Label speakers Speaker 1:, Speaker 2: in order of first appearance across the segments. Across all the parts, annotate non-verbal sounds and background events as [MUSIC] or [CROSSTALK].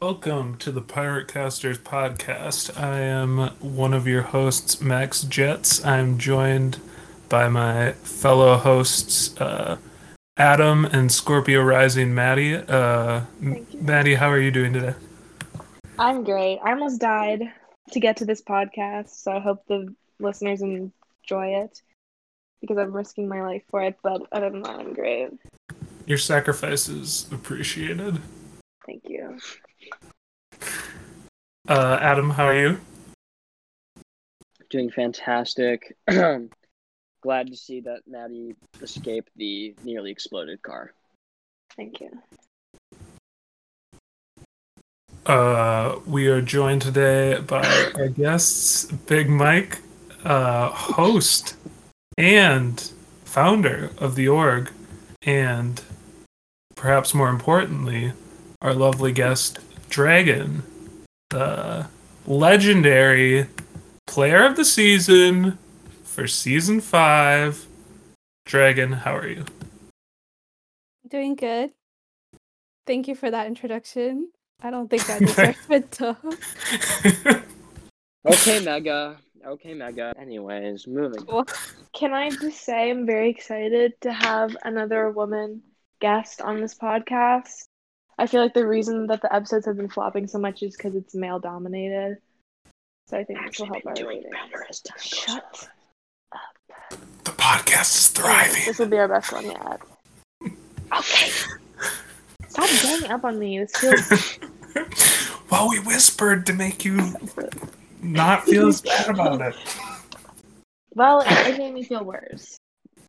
Speaker 1: Welcome to the Pirate Casters podcast. I am one of your hosts, Max Jets. I'm joined by my fellow hosts, uh, Adam and Scorpio Rising Maddie. Uh,
Speaker 2: Thank you.
Speaker 1: Maddie, how are you doing today?
Speaker 2: I'm great. I almost died to get to this podcast, so I hope the listeners enjoy it because I'm risking my life for it. But other than that, I'm great.
Speaker 1: Your sacrifice is appreciated.
Speaker 2: Thank you.
Speaker 1: Uh, Adam, how are you?
Speaker 3: doing fantastic. [CLEARS THROAT] Glad to see that Maddie escaped the nearly exploded car.
Speaker 2: Thank you.
Speaker 1: Uh, we are joined today by our guests, Big Mike, uh, host and founder of the org, and perhaps more importantly, our lovely guest, Dragon, the legendary player of the season for season five. Dragon, how are you?
Speaker 4: Doing good. Thank you for that introduction. I don't think
Speaker 1: [LAUGHS]
Speaker 4: I deserve it though.
Speaker 3: [LAUGHS] Okay, Mega. Okay, Mega. Anyways, moving.
Speaker 4: Well,
Speaker 2: Can I just say I'm very excited to have another woman guest on this podcast? I feel like the reason that the episodes have been flopping so much is because it's male dominated. So I think this will help our ratings.
Speaker 3: as time
Speaker 2: Shut.
Speaker 1: the podcast is thriving.
Speaker 2: This will be our best one yet. Okay. Stop gang up on me. This feels
Speaker 1: While we whispered to make you not feel as bad about it.
Speaker 2: well. It, it made me feel worse.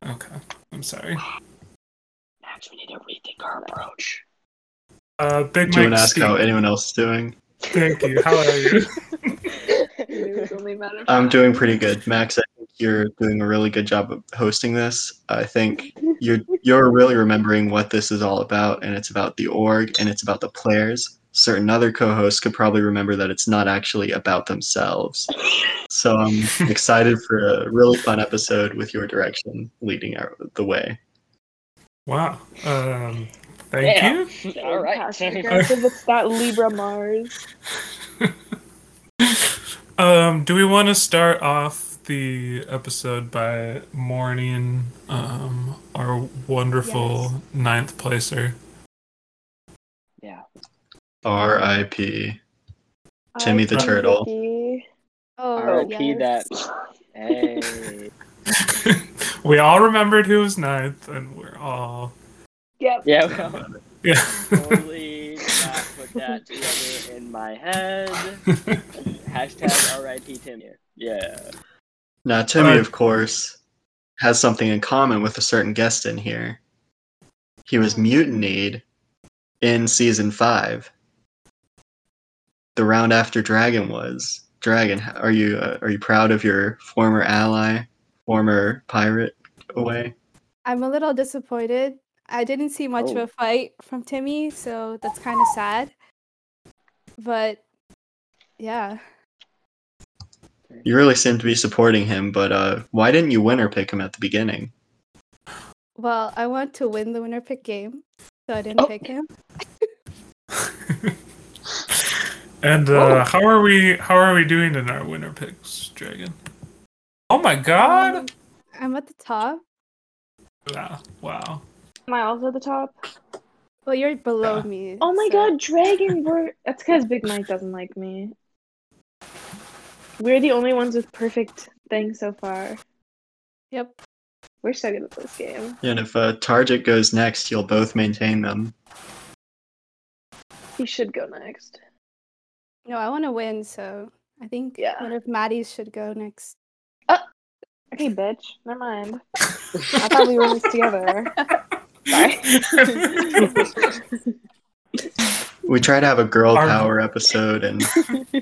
Speaker 1: Okay, I'm sorry.
Speaker 3: Max, we need to rethink our approach.
Speaker 1: Uh, Big
Speaker 5: Don't
Speaker 1: Mike,
Speaker 5: ask how
Speaker 1: Steve,
Speaker 5: anyone else is doing.
Speaker 1: thank you. How are
Speaker 5: [LAUGHS]
Speaker 1: you?
Speaker 2: It was only a matter of
Speaker 5: I'm
Speaker 2: time.
Speaker 5: doing pretty good, Max. I think you're doing a really good job of hosting this. I think you're you're really remembering what this is all about, and it's about the org and it's about the players. Certain other co-hosts could probably remember that it's not actually about themselves. So I'm excited for a really fun episode with your direction leading our, the way.
Speaker 1: Wow. Um, thank
Speaker 3: Yeah.
Speaker 1: you.
Speaker 3: All right. [LAUGHS]
Speaker 2: Fantastic. Aggressive, It's that Libra
Speaker 5: [LAUGHS]
Speaker 2: Mars.
Speaker 1: Um, do we want to start off the episode by mourning um, our wonderful ninth placer? [LAUGHS]
Speaker 3: yeah.
Speaker 5: R.I.P. Timmy the
Speaker 2: Hi,
Speaker 5: Turtle.
Speaker 2: Timothy.
Speaker 4: oh
Speaker 3: R.I.P.
Speaker 4: yes.
Speaker 3: that. Hey.
Speaker 1: we all remembered who was ninth, and we're all
Speaker 2: Yep.
Speaker 3: Yeah, well,
Speaker 1: yeah. [LAUGHS]
Speaker 3: totally not put that together in my head. Hashtag RIP Tim. Yeah.
Speaker 5: Now Timmy,
Speaker 1: Uh,
Speaker 5: of course, has something in common with a certain guest in here. He was mutinied in season five. The round after Dragon was Dragon. h- Are you uh, are you proud of your former ally, former pirate away?
Speaker 4: I'm a little disappointed. I didn't see much of
Speaker 3: Oh.
Speaker 4: a fight from Timmy, so that's kind of sad. But yeah,
Speaker 5: You really seem to be supporting him, but uh, why didn't you winner pick him at the beginning?
Speaker 4: well, I want to win the winner pick game, so I didn't
Speaker 3: Oh.
Speaker 4: pick him.
Speaker 1: And
Speaker 3: Oh.
Speaker 1: uh, how are we? How are we doing in our winner picks, Dragon? Oh my God!
Speaker 4: Um, I'm at the top.
Speaker 1: Wow! Wow!
Speaker 2: Am I also at the top?
Speaker 4: Well, you're below
Speaker 1: Yeah.
Speaker 4: me.
Speaker 2: Oh my
Speaker 4: so-
Speaker 2: God, Dragon! We're that's because Big Mike doesn't like me. We're the only ones with perfect things so far.
Speaker 4: Yep.
Speaker 2: We're so good at this game.
Speaker 5: And if uh, Target goes next, you'll both maintain them.
Speaker 2: He should go next.
Speaker 4: No, I want to win, so I think
Speaker 2: Yeah.
Speaker 4: one of Maddie's should go
Speaker 2: [LAUGHS]
Speaker 4: next.
Speaker 2: Okay, bitch. Never mind. I thought we were in this together. Sorry.
Speaker 5: We try to have a girl
Speaker 1: Our-
Speaker 5: power
Speaker 2: [LAUGHS]
Speaker 5: episode, and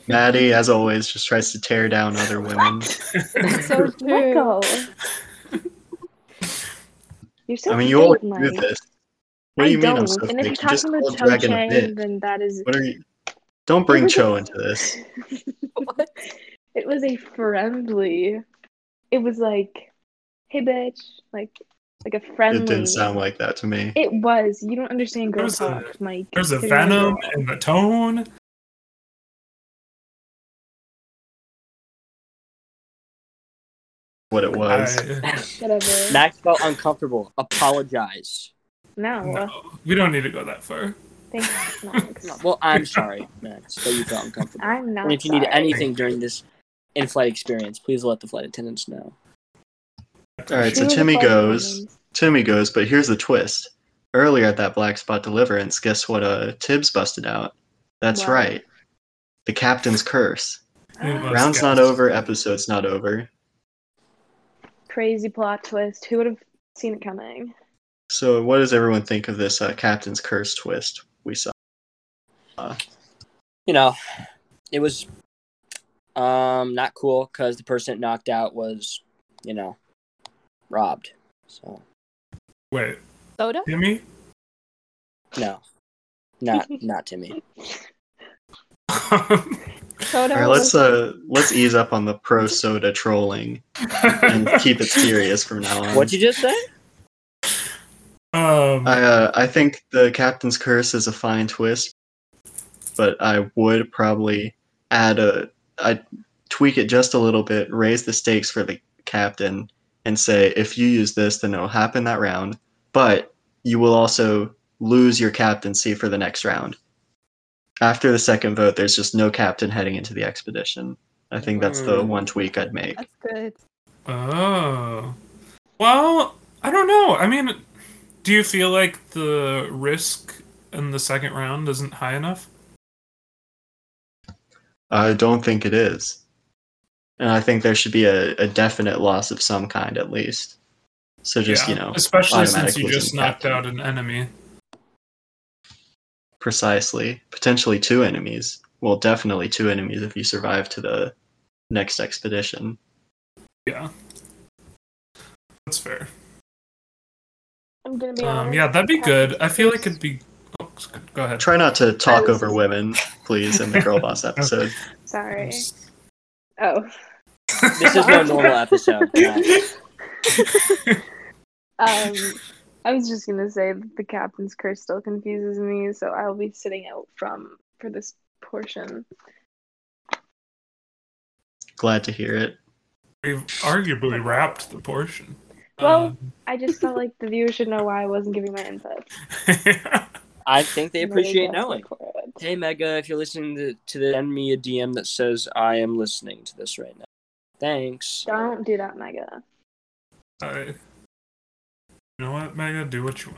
Speaker 5: Maddie, as always, just tries to tear down other women.
Speaker 4: So
Speaker 2: Let
Speaker 4: true.
Speaker 2: go. You're so
Speaker 5: I mean, you
Speaker 2: fake,
Speaker 5: always
Speaker 2: Mike.
Speaker 5: do this. What
Speaker 2: I
Speaker 5: do you mean
Speaker 2: don't.
Speaker 5: I'm so
Speaker 2: And
Speaker 5: fake?
Speaker 2: if
Speaker 5: You
Speaker 2: you're
Speaker 5: just
Speaker 2: talking
Speaker 5: called
Speaker 2: about Cho
Speaker 5: Dragon a
Speaker 2: Chang,
Speaker 5: bitch.
Speaker 2: then that is.
Speaker 5: What are you? Don't
Speaker 2: [LAUGHS]
Speaker 5: bring Cho into this.
Speaker 2: it was a friendly. It was like, hey, bitch, like, like a friendly.
Speaker 5: It didn't sound like that to me.
Speaker 2: It was. You don't understand
Speaker 1: There
Speaker 2: girl
Speaker 1: was a-
Speaker 2: talk, Mike.
Speaker 1: There's a
Speaker 2: You're not a
Speaker 1: venom
Speaker 2: girl.
Speaker 1: in the tone.
Speaker 5: what it was.
Speaker 1: I-
Speaker 2: Whatever.
Speaker 3: Max felt uncomfortable. Apologize.
Speaker 2: no.
Speaker 1: no, we don't need to go that far.
Speaker 2: Thank you,
Speaker 3: [LAUGHS]
Speaker 2: Max.
Speaker 3: Well, I'm sorry, Max, that you felt uncomfortable.
Speaker 2: I'm not.
Speaker 3: and if you need
Speaker 2: sorry.
Speaker 3: anything during this in-flight experience, please let the flight attendants know.
Speaker 5: All right, so
Speaker 2: Two of the
Speaker 5: Timmy
Speaker 2: five
Speaker 5: goes.
Speaker 2: women's.
Speaker 5: Timmy goes, but here's the twist. Earlier at that Black Spot deliverance, guess what uh, Tibbs busted out? That's
Speaker 2: What?
Speaker 5: right. The Captain's Curse.
Speaker 1: It was
Speaker 5: Round's not
Speaker 1: guessed.
Speaker 5: over, episode's not over.
Speaker 2: Crazy plot twist. Who would have seen it coming?
Speaker 5: So, what does everyone think of this uh, Captain's Curse twist we saw?
Speaker 3: You know, it was um not cool because the person it knocked out was, you know, robbed. So
Speaker 1: Wait,
Speaker 4: Soda?
Speaker 1: Timmy?
Speaker 3: no, not not Timmy.
Speaker 4: Soda.
Speaker 1: [LAUGHS]
Speaker 5: All right, let's uh, let's ease up on the pro soda trolling and keep it serious from now on.
Speaker 3: What'd you just say?
Speaker 1: um,
Speaker 5: I uh, I think the Captain's Curse is a fine twist, but I would probably add a I tweak it just a little bit, raise the stakes for the captain, and say if you use this, then it'll happen that round, but you will also lose your captaincy for the next round. After the second vote, there's just no captain heading into the expedition. I think that's the
Speaker 3: Mm.
Speaker 5: one tweak I'd make.
Speaker 4: That's good.
Speaker 1: Oh. Well, I don't know. I mean, do you feel like the risk in the second round isn't high enough?
Speaker 5: I don't think it is. And I think there should be a, a definite loss of some kind at least. So just, you know,
Speaker 1: especially since
Speaker 5: automatic
Speaker 1: you
Speaker 5: losing
Speaker 1: just knocked
Speaker 5: captain.
Speaker 1: out an enemy.
Speaker 5: precisely, potentially two enemies. Well, definitely two enemies if you survive to the next expedition.
Speaker 1: Yeah. That's fair.
Speaker 2: I'm gonna be
Speaker 1: Um,
Speaker 2: honest,
Speaker 1: yeah, that'd be good. I feel like
Speaker 2: Captain's
Speaker 1: it'd be. Oh, go ahead.
Speaker 5: Try not to talk
Speaker 2: was-
Speaker 5: over women, please, in the Girl Boss episode.
Speaker 2: Curse. Sorry. Oh.
Speaker 3: This is no normal episode. Max.
Speaker 2: Um, [LAUGHS] I was just gonna say that the captain's curse still confuses me, so I'll be sitting out from for this portion.
Speaker 5: Glad to hear it.
Speaker 1: We've arguably wrapped the portion.
Speaker 2: Well- I just felt like the viewers should know why I wasn't giving my input.
Speaker 1: Um, [LAUGHS]
Speaker 3: I think they
Speaker 2: And really
Speaker 3: appreciate
Speaker 2: glad
Speaker 3: knowing.
Speaker 2: for it.
Speaker 3: Hey Mega, if you're listening to, to the send me a DM that says I am listening to this right now. Thanks.
Speaker 2: Don't do that, Mega.
Speaker 1: I- you know what, Mega? Do what you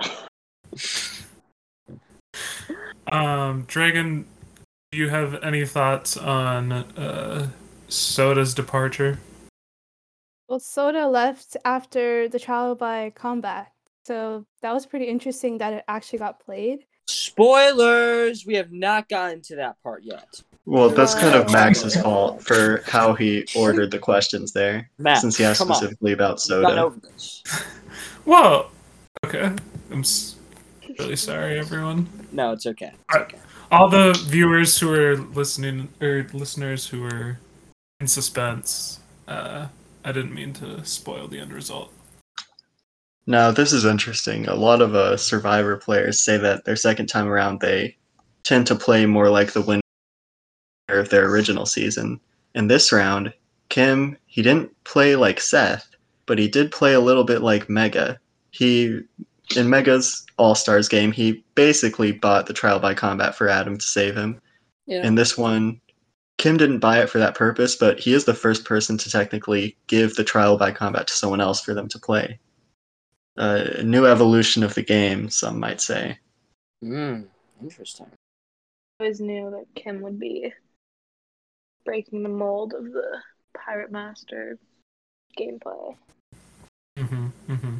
Speaker 1: want. um, Dragon, do you have any thoughts on uh, Soda's departure?
Speaker 4: Well, Soda left after the trial by combat. So that was pretty interesting that it actually got played.
Speaker 3: Spoilers! We have not gotten to that part yet.
Speaker 5: Well, that's kind of
Speaker 2: Wow.
Speaker 5: Max's fault for how he ordered the questions there,
Speaker 3: Matt,
Speaker 5: since he asked
Speaker 3: come on.
Speaker 5: specifically about
Speaker 3: We've gotten
Speaker 5: soda.
Speaker 3: over this.
Speaker 1: Well, okay. I'm s- really sorry, everyone.
Speaker 3: No, it's okay. It's okay.
Speaker 1: All the viewers who are listening or listeners who are in suspense. Uh, I didn't mean to spoil the end result.
Speaker 5: Now, this is interesting. A lot of uh, Survivor players say that their second time around, they tend to play more like the winner of their original season. In this round, Kim, he didn't play like Seth, but he did play a little bit like Mega. He, in Mega's All Stars game, he basically bought the trial by combat for Adam to save him.
Speaker 3: Yeah.
Speaker 5: In this one, Kim didn't buy it for that purpose, but he is the first person to technically give the trial by combat to someone else for them to play. Uh, a new evolution of the game, some might say.
Speaker 6: Hmm,
Speaker 3: Mm, interesting.
Speaker 2: I always knew that Kim would be breaking the mold of the pirate master gameplay.
Speaker 1: Mm-hmm, mm-hmm.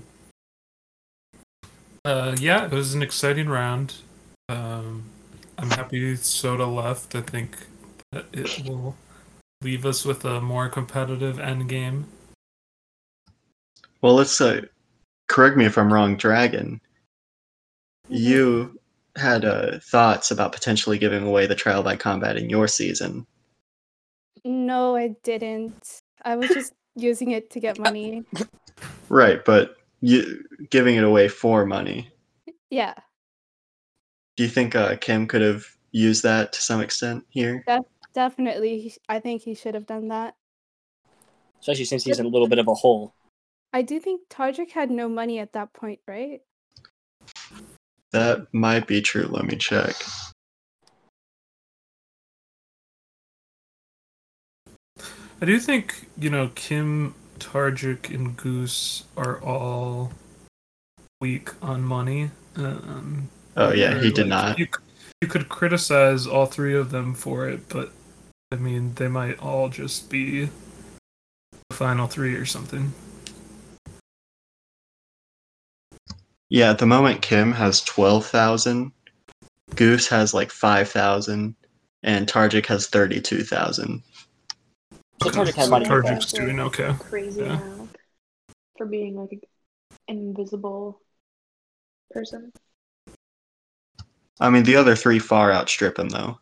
Speaker 1: Uh, yeah, it was an exciting round. Um, I'm happy Soda left. I think that it will leave us with a more competitive end game.
Speaker 5: Well, let's uh, correct me if I'm wrong, Dragon.
Speaker 4: Mm-hmm.
Speaker 5: You had uh, thoughts about potentially giving away the trial by combat in your season.
Speaker 4: No, I didn't. I was just using it to get money.
Speaker 5: Right, but you giving it away for money.
Speaker 4: Yeah,
Speaker 5: Do you think uh, Kim could have used that to some extent here?
Speaker 4: definitely. he sh- I think he should have done that.
Speaker 3: especially since he's in a little bit of a hole.
Speaker 4: I do think Tardrick had no money at that point, right?
Speaker 5: That might be true. Let me check.
Speaker 1: I do think, you know, Kim, Tarjuk, and Goose are all weak on money. Um,
Speaker 5: Oh yeah, he
Speaker 1: or,
Speaker 5: did
Speaker 1: like,
Speaker 5: not.
Speaker 1: You, c- you could criticize all three of them for it, but I mean, they might all just be the final three or something.
Speaker 5: Yeah, at the moment Kim has twelve thousand, Goose has like five thousand, and Tarjik has thirty-two thousand.
Speaker 3: So
Speaker 1: Okay,
Speaker 3: Tardrick had
Speaker 1: so
Speaker 3: money. in the
Speaker 1: Tardrick's
Speaker 3: bank.
Speaker 1: doing okay.
Speaker 2: Crazy
Speaker 1: Yeah.
Speaker 2: now for being like an invisible person.
Speaker 5: I mean, the other three far outstrip him though.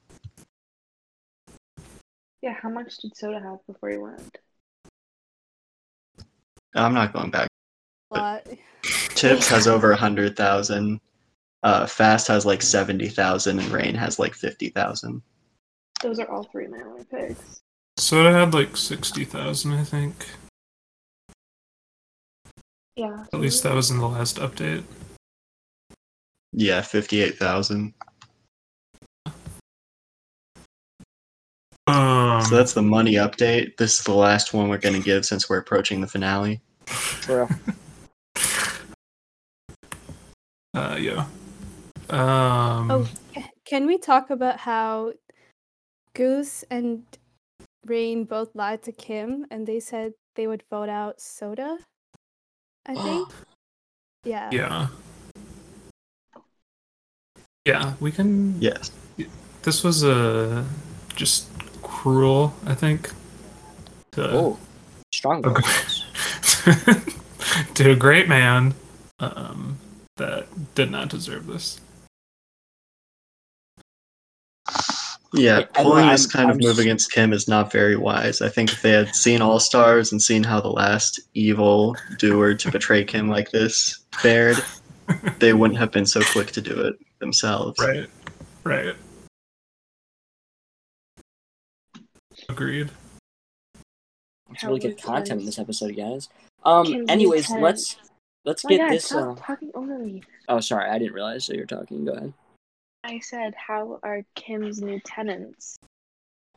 Speaker 2: Yeah, how much did Soda have before he went?
Speaker 5: I'm not going back.
Speaker 4: But
Speaker 5: Tips has over a hundred thousand. Uh, Fast has like seventy thousand, and Rain has like fifty thousand.
Speaker 2: Those are all three of my only picks.
Speaker 1: Soda had like 60,000, I think.
Speaker 2: Yeah.
Speaker 1: At least that was in the last update.
Speaker 5: Yeah, fifty-eight thousand.
Speaker 1: Um,
Speaker 5: So that's the money update. This is the last one we're gonna give since we're approaching the finale.
Speaker 3: True.
Speaker 1: uh, yeah. Um,
Speaker 4: Oh. can we talk about how Goose and Rain both lied to Kim and they said they would vote out Soda? I think. yeah.
Speaker 1: Yeah. Yeah, we can.
Speaker 5: Yes.
Speaker 1: This was a just cruel, I think. To,
Speaker 3: Oh, strong
Speaker 1: Uh, Okay.
Speaker 3: words.
Speaker 1: [LAUGHS] to a great man um, that did not deserve this.
Speaker 5: Yeah,
Speaker 3: Yeah, I know,
Speaker 5: pulling this
Speaker 3: I'm-
Speaker 5: kind of
Speaker 3: I'm
Speaker 5: move
Speaker 3: s-
Speaker 5: against Kim is not very wise. I think if they had seen All Stars and seen how the last evil doer to betray Kim like this fared, they wouldn't have been so quick to do it themselves.
Speaker 1: Right. Right. Agreed.
Speaker 3: It's really good
Speaker 2: Countless
Speaker 3: content in
Speaker 2: times.
Speaker 3: this episode, guys. Um.
Speaker 2: Kim's
Speaker 3: Anyways,
Speaker 2: intent.
Speaker 3: let's let's
Speaker 2: Oh
Speaker 3: get
Speaker 2: my God,
Speaker 3: this. Uh,
Speaker 2: stop talking over me.
Speaker 3: oh, sorry, I didn't realize that you were talking. Go ahead.
Speaker 2: I said, how are Kim's new tenants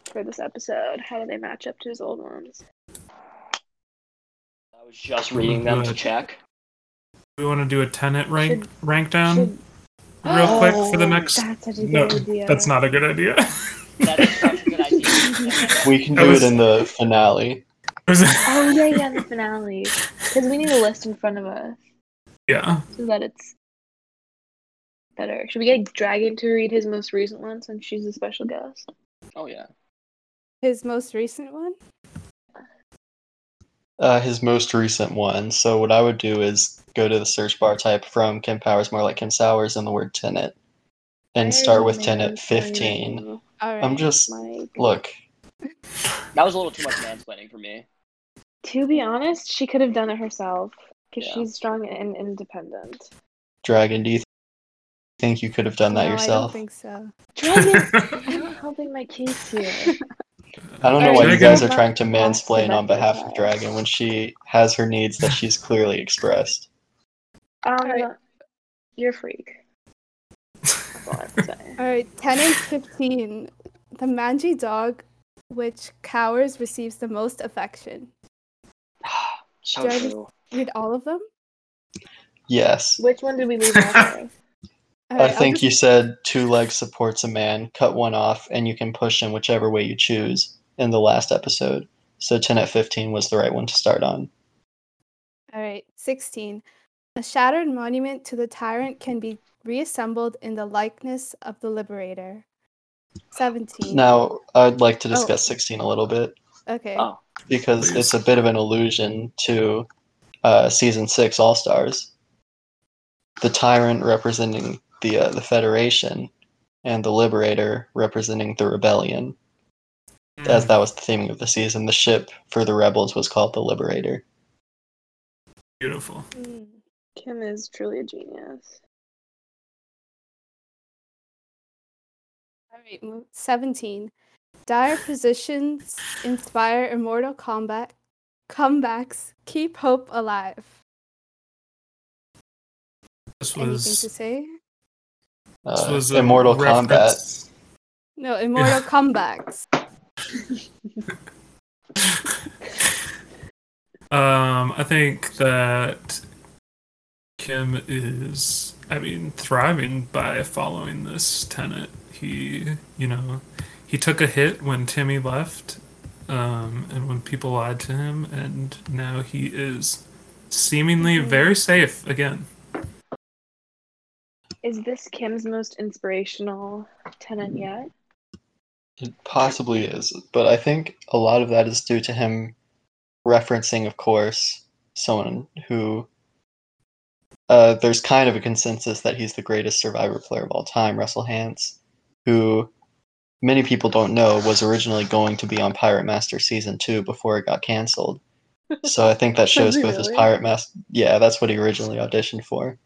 Speaker 2: for this episode? How do they match up to his old ones?
Speaker 6: I was just reading them to
Speaker 1: Good.
Speaker 6: check.
Speaker 1: We want to do a tenant rank
Speaker 2: Should-
Speaker 1: rank down
Speaker 2: Should-
Speaker 1: Um, real quick for the
Speaker 6: Oh,
Speaker 1: next.
Speaker 2: [GASPS] That's such a good
Speaker 1: No, [LAUGHS]
Speaker 2: idea.
Speaker 1: that's not a good idea. [LAUGHS]
Speaker 6: That is such a good idea.
Speaker 5: [LAUGHS] We can
Speaker 1: That
Speaker 5: do
Speaker 1: was-
Speaker 5: it in the finale.
Speaker 2: Oh yeah, yeah, the finale. Because we need a list in front of us
Speaker 1: [LAUGHS] yeah.
Speaker 2: so that it's better. Should we get Dragon to read his most recent one since she's a special guest?
Speaker 6: Oh yeah.
Speaker 4: His most recent one?
Speaker 5: Uh, his most recent one. So what I would do is go to the search bar, type from Kim Powers more like Kim Sowers, and the word tenant, and start with tenant fifteen.
Speaker 4: All right.
Speaker 5: I'm just
Speaker 2: Like,
Speaker 5: look.
Speaker 6: That was a little too much mansplaining for me.
Speaker 2: to be honest, she could have done it herself because
Speaker 6: Yeah.
Speaker 2: she's strong and independent.
Speaker 5: Dragon, do you th- think you could have done that
Speaker 4: no, I don't
Speaker 5: yourself?
Speaker 4: think so.
Speaker 2: Dragon,
Speaker 1: [LAUGHS]
Speaker 5: [LAUGHS]
Speaker 2: I'm not helping my case here.
Speaker 5: I don't know
Speaker 1: Alright,
Speaker 5: why you
Speaker 1: Dragon-
Speaker 5: guys are trying to mansplain on
Speaker 2: Rebecca
Speaker 5: behalf
Speaker 2: Hall.
Speaker 5: of Dragon when she has her needs that she's clearly expressed.
Speaker 2: Um,
Speaker 4: Alright.
Speaker 2: You're a freak. That's all I
Speaker 5: [LAUGHS]
Speaker 2: have to say.
Speaker 4: All right, 10 and 15. The mangy dog which cowers receives the most affection.
Speaker 6: So
Speaker 4: Do I just-
Speaker 6: true.
Speaker 4: Read all of them?
Speaker 5: Yes.
Speaker 2: Which one did we leave off with?
Speaker 4: All
Speaker 5: I
Speaker 4: right, I'll
Speaker 5: think
Speaker 4: just-
Speaker 5: Oh, you said two legs supports a man, cut one off, and you can push him whichever way you choose in the last episode. So 10 at 15 was the right one to start on.
Speaker 4: All right, 16. A shattered monument to the tyrant can be reassembled in the likeness of the liberator. 17.
Speaker 5: Now, uh, I'd like to
Speaker 4: Oh.
Speaker 5: discuss 16 a little bit
Speaker 4: Okay.
Speaker 6: Oh.
Speaker 5: because
Speaker 1: Please.
Speaker 5: it's a bit of an allusion to uh, season 6 All Stars. The tyrant representing the uh, the Federation and the liberator representing the rebellion.
Speaker 1: Hmm.
Speaker 5: as that was the theming of the season. The ship for the rebels was called the Liberator.
Speaker 1: Beautiful.
Speaker 4: Mm.
Speaker 2: Hmm. Kim is truly a genius.
Speaker 4: All right, move- 17. Dire positions inspire immortal combat comebacks keep hope alive.
Speaker 1: This
Speaker 4: Anything to
Speaker 1: was
Speaker 4: say?
Speaker 1: this
Speaker 5: Uh,
Speaker 1: was a
Speaker 5: Immortal Kombat.
Speaker 1: reference- [LAUGHS]
Speaker 4: No, immortal comebacks.
Speaker 1: Um, I think that Kim is, I mean, thriving by following this tenet. He, you know, he took a hit when Timmy left, um, and when people lied to him, and now he is seemingly
Speaker 2: Mm-hmm.
Speaker 4: Mhm.
Speaker 1: very safe again.
Speaker 2: Is this Kim's most inspirational tenant yet?
Speaker 5: It possibly is, but I think a lot of that is due to him referencing, of course, someone who. Uh, there's kind of a consensus that he's the greatest survivor player of all time, Russell Hance, who many people don't know was originally going to be on Pirate Master season two before it got canceled. So I think that shows
Speaker 2: he
Speaker 5: both his
Speaker 2: really?
Speaker 5: Pirate Master. Yeah, that's what he originally auditioned for.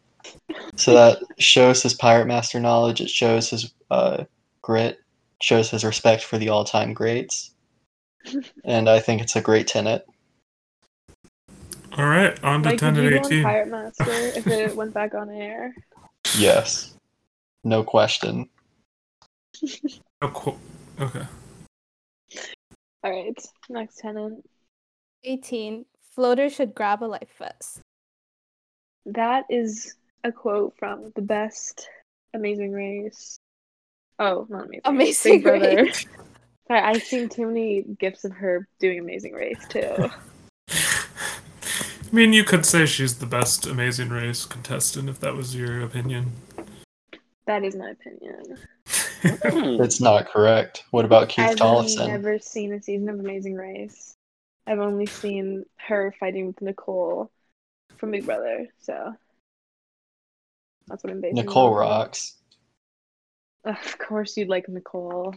Speaker 5: So that shows his Pirate Master knowledge. It shows his uh, grit shows his respect for the all-time greats. and I think it's a great tenet.
Speaker 1: All right, on to
Speaker 2: Like, would
Speaker 1: 10 to
Speaker 2: you go on
Speaker 1: 18.
Speaker 2: Pirate Master if it went back on air?
Speaker 5: Yes. No question.
Speaker 1: Oh, cool. Okay.
Speaker 2: All right, next tenant.
Speaker 4: 18. Floaters should grab a life vest.
Speaker 2: That is a quote from the best Amazing Race. Oh, not Amazing. Race,
Speaker 4: Amazing
Speaker 2: Big Brother.
Speaker 4: Race.
Speaker 2: Sorry, I've seen too many gifs of her doing Amazing Race too.
Speaker 1: I mean, you could say she's the best Amazing Race contestant if that was your opinion. [LAUGHS]
Speaker 2: That is my opinion.
Speaker 6: Hmm.
Speaker 5: It's not correct. What about Keith
Speaker 2: I've
Speaker 5: Tollefson?
Speaker 2: never seen a season of Amazing Race. I've only seen her fighting with Nicole from Big Brother, so that's what I'm basing. it
Speaker 5: Nicole
Speaker 2: off of.
Speaker 5: rocks.
Speaker 2: Of course, you'd like Nicole.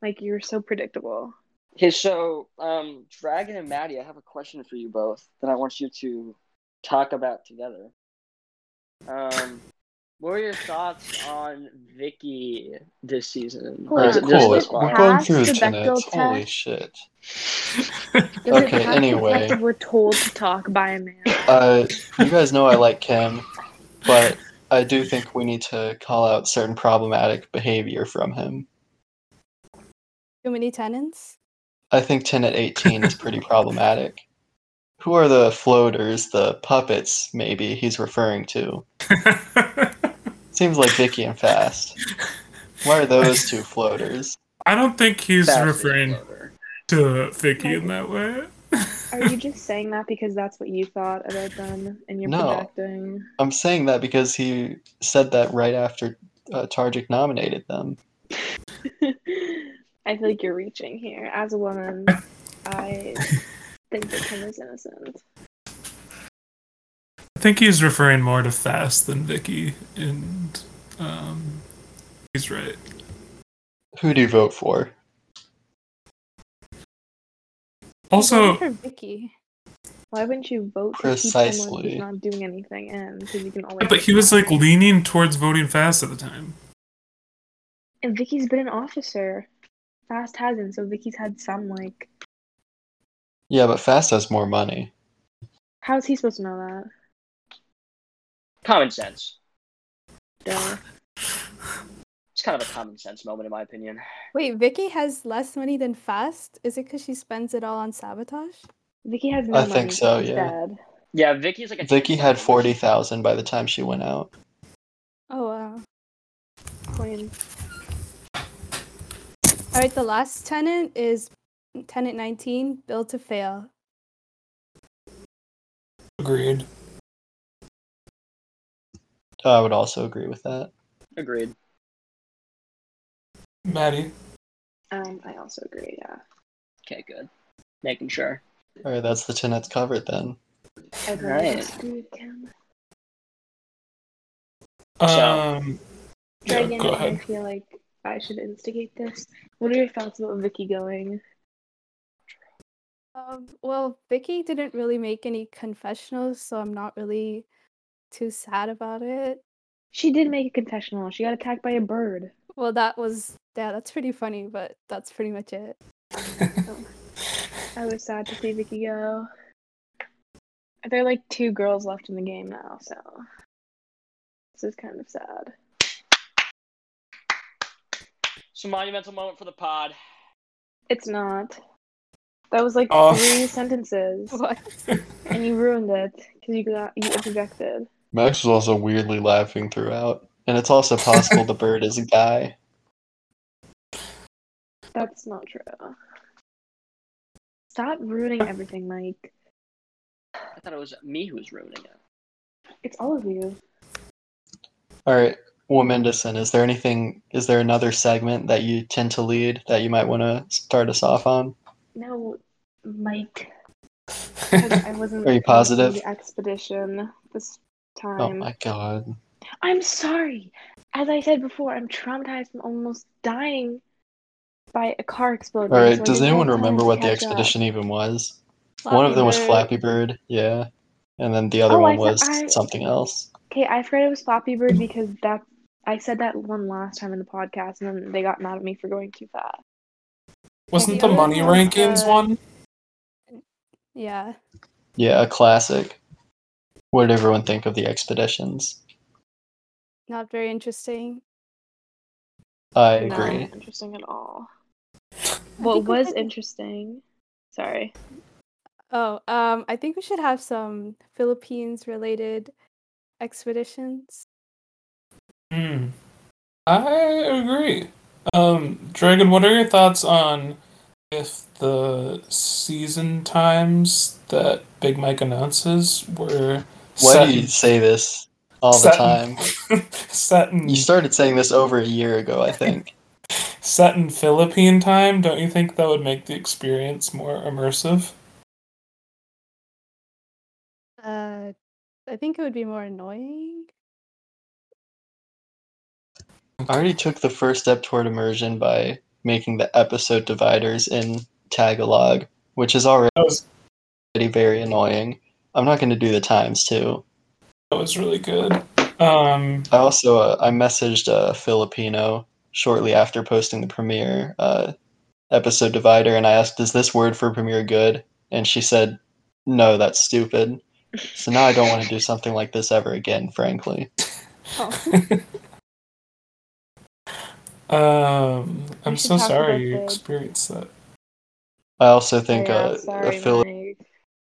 Speaker 2: Like you were so predictable.
Speaker 6: Okay, so um, Dragon and Maddie, I have a question for you both that I want you to talk about together. Um, what were your thoughts on Vicky this season?
Speaker 2: Hold
Speaker 6: Or is
Speaker 2: on,
Speaker 6: it this-
Speaker 2: does
Speaker 5: Cool.
Speaker 2: it
Speaker 6: this
Speaker 5: We're
Speaker 6: one?
Speaker 5: going
Speaker 2: pass
Speaker 5: through
Speaker 2: the
Speaker 5: the tenets.
Speaker 2: Bechdel
Speaker 5: Holy
Speaker 2: test?
Speaker 5: shit.
Speaker 2: Does
Speaker 5: Okay,
Speaker 2: it pass
Speaker 5: anyway.
Speaker 2: The fact that we're told to talk by a man.
Speaker 5: Uh, you guys know I like Kim, but I do think we need to call out certain problematic behavior from him.
Speaker 4: Too many tenants?
Speaker 5: I think Tenet 18
Speaker 2: [LAUGHS]
Speaker 5: is pretty problematic. Who are the floaters, the puppets, maybe he's referring to? Seems like Vicky and Fast. Why are those two floaters?
Speaker 1: I don't think he's
Speaker 6: Fast is
Speaker 1: referring
Speaker 6: over.
Speaker 1: to Vicky in that way.
Speaker 2: Are you just saying that because that's what you thought about them and you're
Speaker 5: No.
Speaker 2: projecting? [LAUGHS]
Speaker 5: I'm saying that because he said that right after uh, Tarjik nominated them.
Speaker 2: I feel like you're reaching here. As a woman, I think that Kim is innocent.
Speaker 1: I think he's referring more to Fast than Vicky, and um, he's right.
Speaker 5: Who do you vote for?
Speaker 4: I
Speaker 1: Also,
Speaker 4: voted for Vicky.
Speaker 2: Why wouldn't you vote to keep someone who's
Speaker 5: Precisely.
Speaker 2: not doing anything in? Because you can always.
Speaker 1: but he was like leaning towards voting Fast at the time.
Speaker 2: And Vicky's been an officer. Fast hasn't, so Vicky's had some like.
Speaker 5: Yeah, but Fast has more money.
Speaker 2: How's he supposed to know that?
Speaker 6: Common sense.
Speaker 2: Duh.
Speaker 6: It's kind of a common sense moment, in my opinion.
Speaker 4: Wait, Vicky has less money than Fast? Is it because she spends it all on sabotage?
Speaker 2: Vicky has no
Speaker 5: I
Speaker 2: money.
Speaker 5: think so,
Speaker 2: She's
Speaker 5: yeah.
Speaker 2: dead.
Speaker 6: Yeah, Vicky's like a.
Speaker 5: Vicky had 40,000 by the time she went out.
Speaker 4: Oh, wow.
Speaker 2: Queen.
Speaker 4: All right, the last tenant is tenant 19, build to fail.
Speaker 1: Agreed.
Speaker 5: I would also agree with that.
Speaker 6: Agreed.
Speaker 1: Maddie.
Speaker 2: Um, I also agree. Yeah,
Speaker 6: Okay, good. Making sure.
Speaker 5: All right, that's the tenets covered then.
Speaker 2: I
Speaker 6: Right.
Speaker 2: right. agree with Kim.
Speaker 6: So-
Speaker 1: Um, [LAUGHS]
Speaker 2: But
Speaker 1: yeah,
Speaker 2: again,
Speaker 1: go
Speaker 2: I
Speaker 1: ahead.
Speaker 2: feel like I should instigate this. What are your thoughts about Vicky going?
Speaker 4: Um, well, Vicky didn't really make any confessionals, so I'm not really too sad about it.
Speaker 2: She did make a confessional. She got attacked by a bird.
Speaker 4: Well, that was, yeah, that's pretty funny, but that's pretty much it.
Speaker 2: I was sad to see Vicky go. There are like two girls left in the game now, so this is kind of sad.
Speaker 6: So monumental moment for the pod.
Speaker 2: It's not. That was like
Speaker 1: Oh.
Speaker 2: three sentences,
Speaker 4: [LAUGHS] [LAUGHS] What?
Speaker 2: and you ruined it because you got you interjected.
Speaker 5: Max was also weirdly laughing throughout, and it's also possible the bird is a guy.
Speaker 2: That's not true. Stop
Speaker 5: [LAUGHS]
Speaker 2: ruining everything, Mike.
Speaker 6: I thought it was me who was ruining it.
Speaker 2: It's all of you.
Speaker 5: All right, well, Mendison, is there anything? Is there another segment that you tend to lead that you might want to start us off on?
Speaker 2: No,
Speaker 5: [LAUGHS]
Speaker 2: Mike. I wasn't.
Speaker 5: Are you
Speaker 2: I wasn't on
Speaker 5: positive?
Speaker 2: The expedition this time.
Speaker 5: Oh my god.
Speaker 2: I'm sorry. As I said before, I'm traumatized from almost dying by a car explosion.
Speaker 5: All right,
Speaker 2: so I
Speaker 5: does
Speaker 2: didn't
Speaker 5: anyone
Speaker 2: have time
Speaker 5: remember
Speaker 2: to
Speaker 5: what the
Speaker 2: catch up.
Speaker 5: expedition even was? One
Speaker 4: Flappy
Speaker 5: of them was
Speaker 4: Bird.
Speaker 5: Flappy Bird, yeah, and then the other
Speaker 2: Oh,
Speaker 5: one
Speaker 2: I thought-
Speaker 5: was
Speaker 2: I-
Speaker 5: something else.
Speaker 2: Okay, I forgot it was Flappy Bird because that I said that one last time in the podcast, and then they got mad at me for going too fast.
Speaker 1: Wasn't
Speaker 4: The
Speaker 1: the
Speaker 4: other
Speaker 1: money
Speaker 4: one,
Speaker 1: rankings
Speaker 4: uh,
Speaker 1: one?
Speaker 4: Yeah.
Speaker 5: Yeah, a classic. What did everyone think of the expeditions?
Speaker 4: Not very interesting.
Speaker 5: I
Speaker 2: No,
Speaker 5: agree.
Speaker 2: interesting at all.
Speaker 4: I
Speaker 2: What
Speaker 4: think we
Speaker 2: was
Speaker 4: could-
Speaker 2: interesting? Sorry.
Speaker 4: Oh, um, I think we should have some Philippines related expeditions.
Speaker 1: Hmm. I agree. Um, Dragon, what are your thoughts on if the season times that Big Mike announces were
Speaker 5: Why
Speaker 1: set
Speaker 5: do you
Speaker 1: in-
Speaker 5: say this all the
Speaker 1: set
Speaker 5: time?
Speaker 1: in- set in
Speaker 5: You started saying this over a year ago, I think.
Speaker 1: set in Philippine time? Don't you think that would make the experience more immersive?
Speaker 4: Uh, I think it would be more annoying.
Speaker 5: I already took the first step toward immersion by making the episode dividers in Tagalog, which is already
Speaker 1: That was
Speaker 5: very annoying. I'm not going to do the times too.
Speaker 1: that was really good. Um,
Speaker 5: I also uh, I messaged a Filipino shortly after posting the premiere uh, episode divider, and I asked, "Is this word for premiere good?" And she said, "No, that's stupid." So now I don't want
Speaker 2: [LAUGHS]
Speaker 5: to do something like this ever again, frankly.
Speaker 4: Oh,
Speaker 1: um, I'm
Speaker 2: We should
Speaker 1: so
Speaker 2: talk about
Speaker 1: sorry you
Speaker 2: the-
Speaker 1: experienced that.
Speaker 5: I also think
Speaker 2: yeah,
Speaker 5: uh, a
Speaker 2: sorry,
Speaker 5: Filipino
Speaker 2: Mike.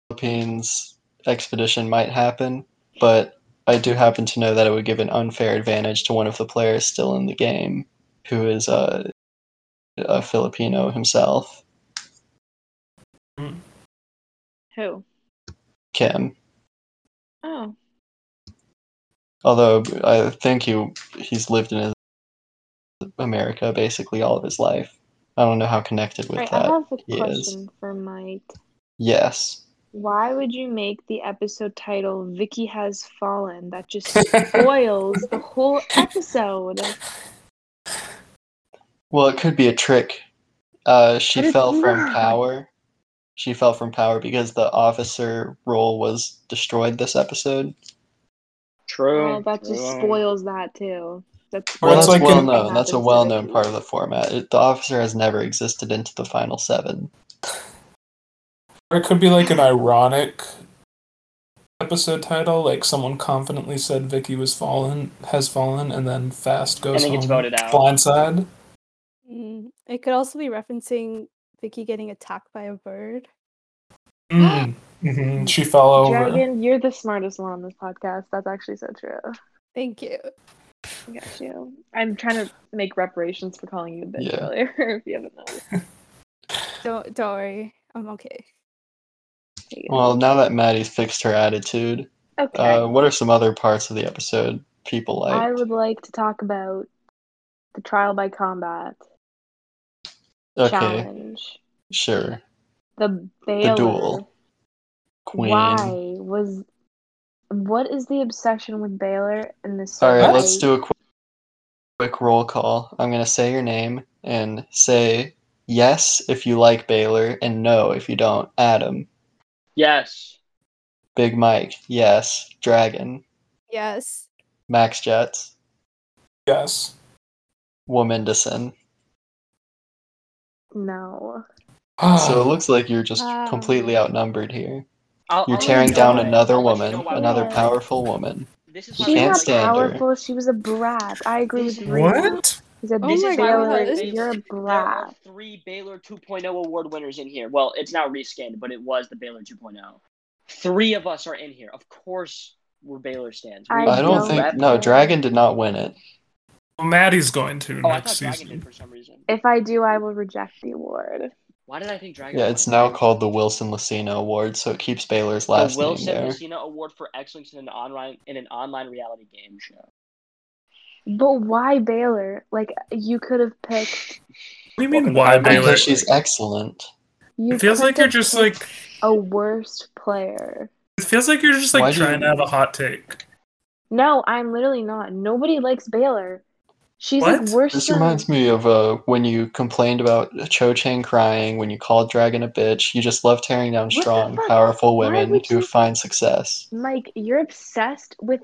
Speaker 5: Philippines expedition might happen, but I do happen to know that it would give an unfair advantage to one of the players still in the game, who is a, a Filipino himself,
Speaker 2: Who?
Speaker 5: Kim.
Speaker 2: Oh,
Speaker 5: Although I think he, he's lived in America basically all of his life. I don't know how connected with
Speaker 2: right. I
Speaker 5: that.
Speaker 2: have a
Speaker 5: he is.
Speaker 2: question for Mike.
Speaker 5: Yes.
Speaker 2: Why would you make the episode title Vicky Has Fallen? That just spoils the whole episode.
Speaker 5: Well, it could be a trick. Uh, she
Speaker 2: But it's
Speaker 5: fell from
Speaker 2: not.
Speaker 5: power. She fell from power because the officer role was destroyed this episode.
Speaker 6: True.
Speaker 2: Oh, that just spoils that too. That's
Speaker 1: Or
Speaker 5: Well,
Speaker 1: it's
Speaker 5: that's
Speaker 1: like
Speaker 5: well
Speaker 1: an-
Speaker 5: known. That's a well known part of the format. It, the officer has never existed into the final seven.
Speaker 1: Or it could be like an ironic episode title, like someone confidently said Vicky was fallen, has fallen, and then Fast goes
Speaker 6: then
Speaker 1: home.
Speaker 6: gets voted
Speaker 2: [GASPS]
Speaker 6: out.
Speaker 1: Blindside.
Speaker 4: mm, it could also be referencing Vicky getting attacked by a bird.
Speaker 1: Mm. hmm She fell
Speaker 5: Oh,
Speaker 1: over.
Speaker 2: Dragon, you're the smartest one on this podcast. That's actually so true.
Speaker 4: Thank you.
Speaker 2: I got you. I'm trying to make reparations for calling you a bitch
Speaker 5: Yeah.
Speaker 2: earlier, [LAUGHS] if you haven't noticed.
Speaker 4: Don't don't worry. I'm okay.
Speaker 2: There you go.
Speaker 5: Well, now that Maddie's fixed her attitude,
Speaker 2: okay.
Speaker 5: uh, what are some other parts of the episode people like?
Speaker 2: I would like to talk about the trial by combat
Speaker 5: okay,
Speaker 2: challenge.
Speaker 5: sure.
Speaker 2: The Baylor.
Speaker 5: duel. Queen.
Speaker 2: Why was what is the obsession with Baylor in this?
Speaker 5: All right,
Speaker 1: What?
Speaker 5: let's do a quick, quick roll call. I'm going to say your name and say yes if you like Baylor and no if you don't. Adam,
Speaker 6: Yes.
Speaker 5: Big Mike, yes. Dragon,
Speaker 4: Yes.
Speaker 5: Max Jets,
Speaker 1: Yes.
Speaker 5: Womendison.
Speaker 2: No.
Speaker 1: [SIGHS] [GASPS]
Speaker 5: So it looks like you're just
Speaker 4: Wow.
Speaker 5: completely outnumbered here.
Speaker 6: I'll-
Speaker 5: You're
Speaker 6: I'll let
Speaker 5: tearing
Speaker 6: you Uh, know
Speaker 5: down
Speaker 6: when-
Speaker 5: another
Speaker 6: I'll let you
Speaker 5: woman,
Speaker 6: know why we
Speaker 5: another
Speaker 6: lost.
Speaker 5: powerful woman.
Speaker 6: This is
Speaker 5: You
Speaker 6: why
Speaker 2: She's
Speaker 6: we
Speaker 5: can't
Speaker 2: not
Speaker 6: lost.
Speaker 5: stand her.
Speaker 2: powerful. She was a brat. I agree with
Speaker 6: This-
Speaker 2: Raina.
Speaker 1: What?
Speaker 2: She's a
Speaker 6: this
Speaker 4: Oh my
Speaker 6: is why we
Speaker 4: God,
Speaker 6: have
Speaker 2: Baylor.
Speaker 4: this-
Speaker 2: You're a
Speaker 6: There are
Speaker 2: brat.
Speaker 6: three Baylor 2.0 award winners in here. Well, it's now reskinned, but it was the Baylor 2.0. Three of us are in here. Of course, we're Baylor stands. We
Speaker 2: I
Speaker 5: I don't
Speaker 2: don't
Speaker 5: think
Speaker 6: rep-
Speaker 5: no,
Speaker 2: care.
Speaker 5: Dragon did not win it.
Speaker 1: Well, Maddie's going to
Speaker 6: Oh, I
Speaker 1: next
Speaker 6: thought Dragon
Speaker 1: season.
Speaker 6: did for some reason.
Speaker 2: If I do, I will reject the award.
Speaker 6: Why did I think Dragon?
Speaker 5: Yeah,
Speaker 6: won?
Speaker 5: it's now called the Wilson Lucino Award, so it keeps Baylor's
Speaker 6: the
Speaker 5: last name
Speaker 6: Wilson
Speaker 5: there.
Speaker 6: Lucina Award for Excellence in an online in an online reality game show.
Speaker 2: But why Baylor? Like you could have picked.
Speaker 1: What do you mean,
Speaker 6: Welcome
Speaker 1: why
Speaker 6: to Baylor.
Speaker 1: Baylor?
Speaker 5: Because she's excellent.
Speaker 2: You
Speaker 1: It feels
Speaker 2: could
Speaker 1: like you're
Speaker 2: have
Speaker 1: just
Speaker 2: picked
Speaker 1: like.
Speaker 2: a worst player.
Speaker 1: It feels like you're just like
Speaker 5: Why do
Speaker 1: trying
Speaker 5: you-
Speaker 1: to have a hot take.
Speaker 2: No, I'm literally not. Nobody likes Baylor. She's
Speaker 1: What?
Speaker 2: like worse
Speaker 5: This
Speaker 2: than.
Speaker 5: reminds me of uh, when you complained about Cho Chang crying, when you called Dragon a bitch. You just love tearing down
Speaker 2: the
Speaker 5: strong,
Speaker 2: fuck?
Speaker 5: powerful
Speaker 2: Why
Speaker 5: women
Speaker 2: would
Speaker 5: who
Speaker 2: you-
Speaker 5: find success.
Speaker 2: Mike, you're obsessed with